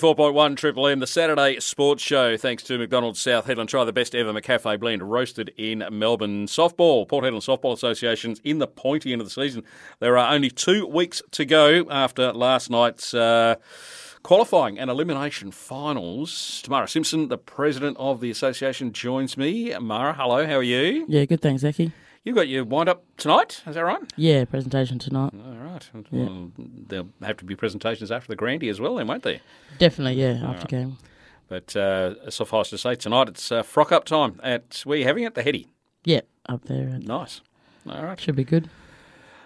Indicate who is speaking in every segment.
Speaker 1: 94.1 Triple M, the Saturday Sports Show, thanks to McDonald's South Headland. Try the best ever McCafe blend, roasted in Melbourne. Softball, Port Hedland Softball Association's in the pointy end of the season. There are only two weeks to go after last night's uh, qualifying and elimination finals. Tamara Simpson, the president of the association, joins me. Mara, hello, how are you?
Speaker 2: Yeah, good thanks, Zaki.
Speaker 1: You've got your wind up tonight, is that right?
Speaker 2: Yeah, presentation tonight.
Speaker 1: All right. Well, there'll have to be presentations after the Grandy as well, then, won't there?
Speaker 2: Definitely, yeah, after game.
Speaker 1: But uh, suffice to say, tonight it's uh, frock up time at where you having it, the Heady.
Speaker 2: Yeah, up there. and
Speaker 1: Nice. All right.
Speaker 2: Should be good.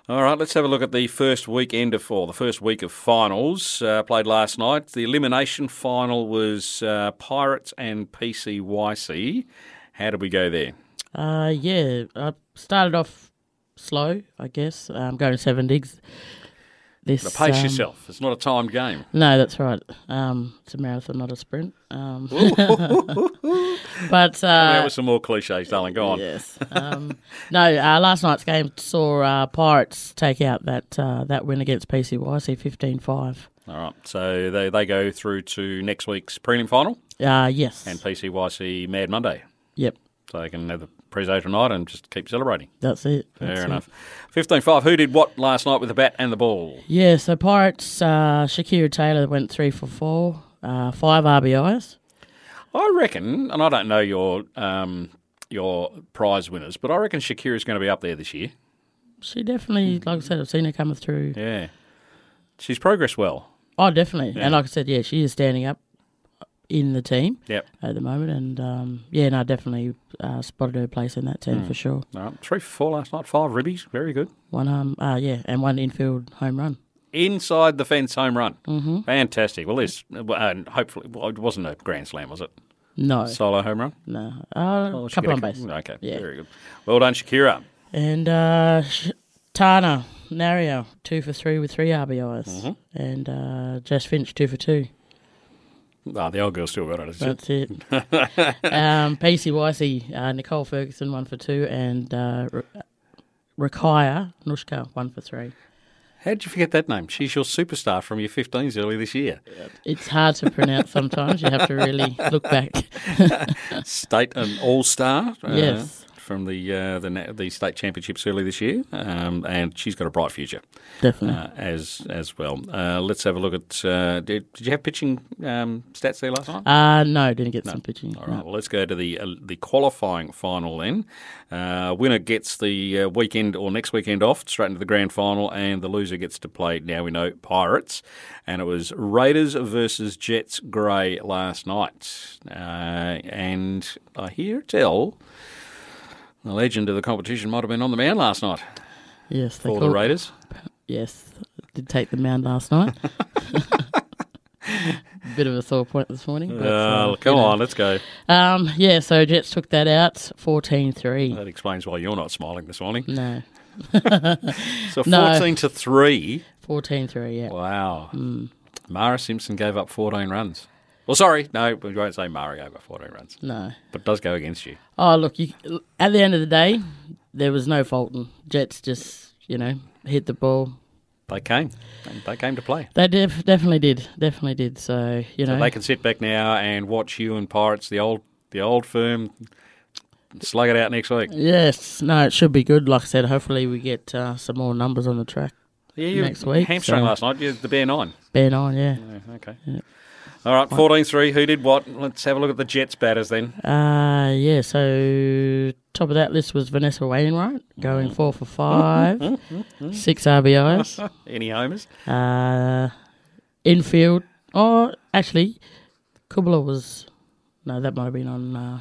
Speaker 1: All right, let's have a look at the first weekend of four, the first week of finals uh, played last night. The elimination final was uh, Pirates and PCYC. How did we go there?
Speaker 2: Uh, yeah, I started off slow, I guess. I'm going seven digs. This
Speaker 1: Now, pace
Speaker 2: um,
Speaker 1: yourself. It's not a timed game.
Speaker 2: No, that's right. Um, it's a marathon, not a sprint. Um, but
Speaker 1: that
Speaker 2: uh,
Speaker 1: was some more cliches, darling. Go on.
Speaker 2: yes, um, no. Uh, last night's game saw uh, Pirates take out that uh, that win against PCYC 15-5.
Speaker 1: All right. So they, they go through to next week's prelim final
Speaker 2: Uh, yes.
Speaker 1: and PCYC Mad Monday.
Speaker 2: yep.
Speaker 1: So they can have the prezo tonight and just keep celebrating.
Speaker 2: That's it.
Speaker 1: Fair
Speaker 2: That's it.
Speaker 1: enough. 15 5. Who did what last night with the bat and the ball?
Speaker 2: Yeah, so Pirates, uh, Shakira Taylor went three for four, uh, five RBIs.
Speaker 1: I reckon, and I don't know your um, your prize winners, but I reckon Shakira's going to be up there this year.
Speaker 2: She definitely, like I said, I've seen her coming through.
Speaker 1: Yeah. She's progressed well.
Speaker 2: Oh, definitely. And like I said, yeah, she is standing up in the team
Speaker 1: Yep.
Speaker 2: at the moment. And um, yeah, no, definitely uh, spotted her place in that team for sure.
Speaker 1: All right. Three for four last night, five ribbies. Very good.
Speaker 2: One um, uh, yeah, and one infield home run.
Speaker 1: Inside the fence home run. Mm-hmm. Fantastic. Well, this, and hopefully, well, it wasn't a grand slam, was it?
Speaker 2: No,
Speaker 1: Solo home run?
Speaker 2: no, uh,
Speaker 1: Well,
Speaker 2: couple
Speaker 1: Shakira-
Speaker 2: on base.
Speaker 1: Okay.
Speaker 2: Yeah.
Speaker 1: Very good. Well done, Shakira.
Speaker 2: And uh, Sh- Tana Nario two for three with three RBIs, and uh, Jess Finch two for two.
Speaker 1: Ah, the old girl still got it. It's
Speaker 2: That's it. um, PCYC, uh, Nicole Ferguson, one for two, and uh, R- Rakaya Nushka, one for three.
Speaker 1: How'd you forget that name? She's your superstar from your 15s early this year.
Speaker 2: It's hard to pronounce sometimes. You have to really look back.
Speaker 1: State and all star. uh,
Speaker 2: Yes.
Speaker 1: From the uh, the na- the state championships early this year, um, and she's got a bright future
Speaker 2: Definitely.
Speaker 1: uh, as as well. Uh, let's have a look at. Uh, did, did you have pitching um, stats there last night?
Speaker 2: Uh, no, didn't get some pitching.
Speaker 1: All
Speaker 2: No.
Speaker 1: right. Well, let's go to the uh, the qualifying final then. Uh, winner gets the uh, weekend or next weekend off, straight into the grand final, and the loser gets to play. Now we know Pirates, and it was Raiders versus Jets Grey last night. Uh, and I hear tell the legend of the competition might have been on the mound last night
Speaker 2: Yes, they
Speaker 1: for
Speaker 2: call-
Speaker 1: the Raiders.
Speaker 2: Yes, did take the mound last night. Bit of a sore point this morning. but,
Speaker 1: Uh,
Speaker 2: uh,
Speaker 1: come
Speaker 2: you know.
Speaker 1: on, let's go.
Speaker 2: Um, yeah, so Jets took that out 14 3.
Speaker 1: That explains why you're not smiling this morning.
Speaker 2: No,
Speaker 1: So
Speaker 2: No.
Speaker 1: fourteen to three.
Speaker 2: 14 3, yeah.
Speaker 1: Wow. Mara Simpson gave up 14 runs. Well, sorry, no, we won't say Mara gave up 14 runs,
Speaker 2: No.
Speaker 1: but it does go against you.
Speaker 2: Oh, look, you, at the end of the day, there was no faulting. Jets just, you know, hit the ball.
Speaker 1: They came. And They came to play.
Speaker 2: They def- definitely did. Definitely did. So, you know,
Speaker 1: They can sit back now and watch you and Pirates, the old the old firm, slug it out next week.
Speaker 2: yes, no, it should be good. Like I said, hopefully we get uh, some more numbers on the track.
Speaker 1: Yeah, you
Speaker 2: Next week,
Speaker 1: hamstrung
Speaker 2: so-
Speaker 1: last night. You're the bare nine.
Speaker 2: Ben on, yeah.
Speaker 1: Okay. All right, 14 3. Who did what? Let's have a look at the Jets batters then.
Speaker 2: Uh, yeah, so top of that list was Vanessa Wainwright going four for five, six RBIs.
Speaker 1: Any homers?
Speaker 2: Uh, infield. Oh, actually, Kubler was. No, that might have been on. Uh,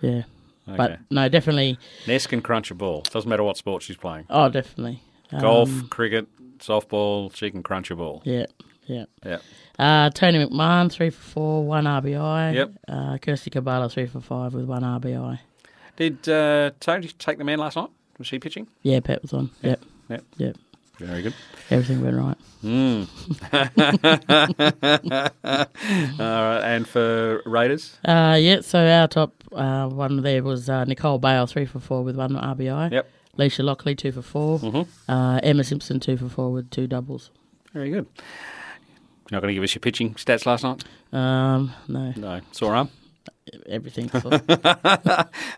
Speaker 2: yeah.
Speaker 1: Okay.
Speaker 2: But no, definitely.
Speaker 1: Ness can crunch a ball. Doesn't matter what sport she's playing
Speaker 2: Oh, definitely. Um,
Speaker 1: golf, cricket, softball, she can crunch a ball.
Speaker 2: Yeah, yeah.
Speaker 1: Yeah.
Speaker 2: Uh, Tony McMahon, three for four, one RBI.
Speaker 1: Yep.
Speaker 2: Uh, Kirsty Cabala, three for five with one RBI.
Speaker 1: Did uh, Tony take the man last night? Was she pitching?
Speaker 2: Yeah, Pat was on. Yep,
Speaker 1: Yep.
Speaker 2: yep.
Speaker 1: Very good.
Speaker 2: Everything went right.
Speaker 1: All right. Uh, And for Raiders?
Speaker 2: Uh, yeah, so our top uh, one there was uh, Nicole Bale, three for four with one RBI.
Speaker 1: Yep.
Speaker 2: Leisha Lockley, two
Speaker 1: Mm-hmm.
Speaker 2: for 4 Uh, Emma Simpson, two for four with two doubles.
Speaker 1: Very good. You're not going to give us your pitching stats last night?
Speaker 2: Um, no,
Speaker 1: No. Sore arm?
Speaker 2: everything. So,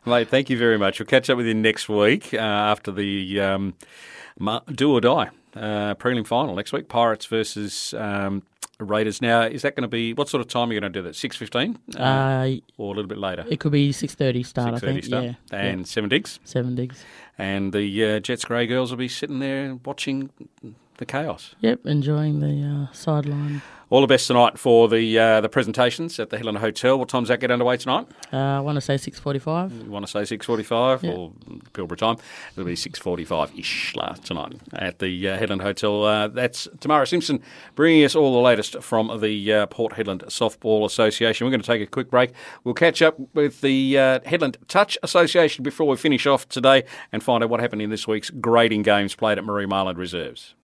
Speaker 1: Mate, thank you very much. We'll catch up with you next week uh, after the um, ma- do or die uh, prelim final next week. Pirates versus um, Raiders. Now, is that going to be what sort of time are you going to do that? Six fifteen
Speaker 2: uh,
Speaker 1: or a little bit later?
Speaker 2: it could be six thirty start. I
Speaker 1: Six thirty
Speaker 2: think.
Speaker 1: start
Speaker 2: Yeah,
Speaker 1: and
Speaker 2: yeah.
Speaker 1: seven digs.
Speaker 2: seven digs.
Speaker 1: And the uh, Jets Grey girls will be sitting there watching the chaos.
Speaker 2: Yep, enjoying the uh, sideline.
Speaker 1: All the best tonight for the uh, the presentations at the Helena Hotel. What time's that get underway tonight?
Speaker 2: Uh, I want to say six forty-five.
Speaker 1: you want to say 6.45
Speaker 2: Yeah.
Speaker 1: or Pilbara time, it'll be 6.45-ish last tonight at the uh, Headland Hotel. Uh, that's Tamara Simpson bringing us all the latest from the uh, Port Headland Softball Association. We're going to take a quick break. We'll catch up with the uh, Headland Touch Association before we finish off today and find out what happened in this week's grading games played at Marie Marland Reserves.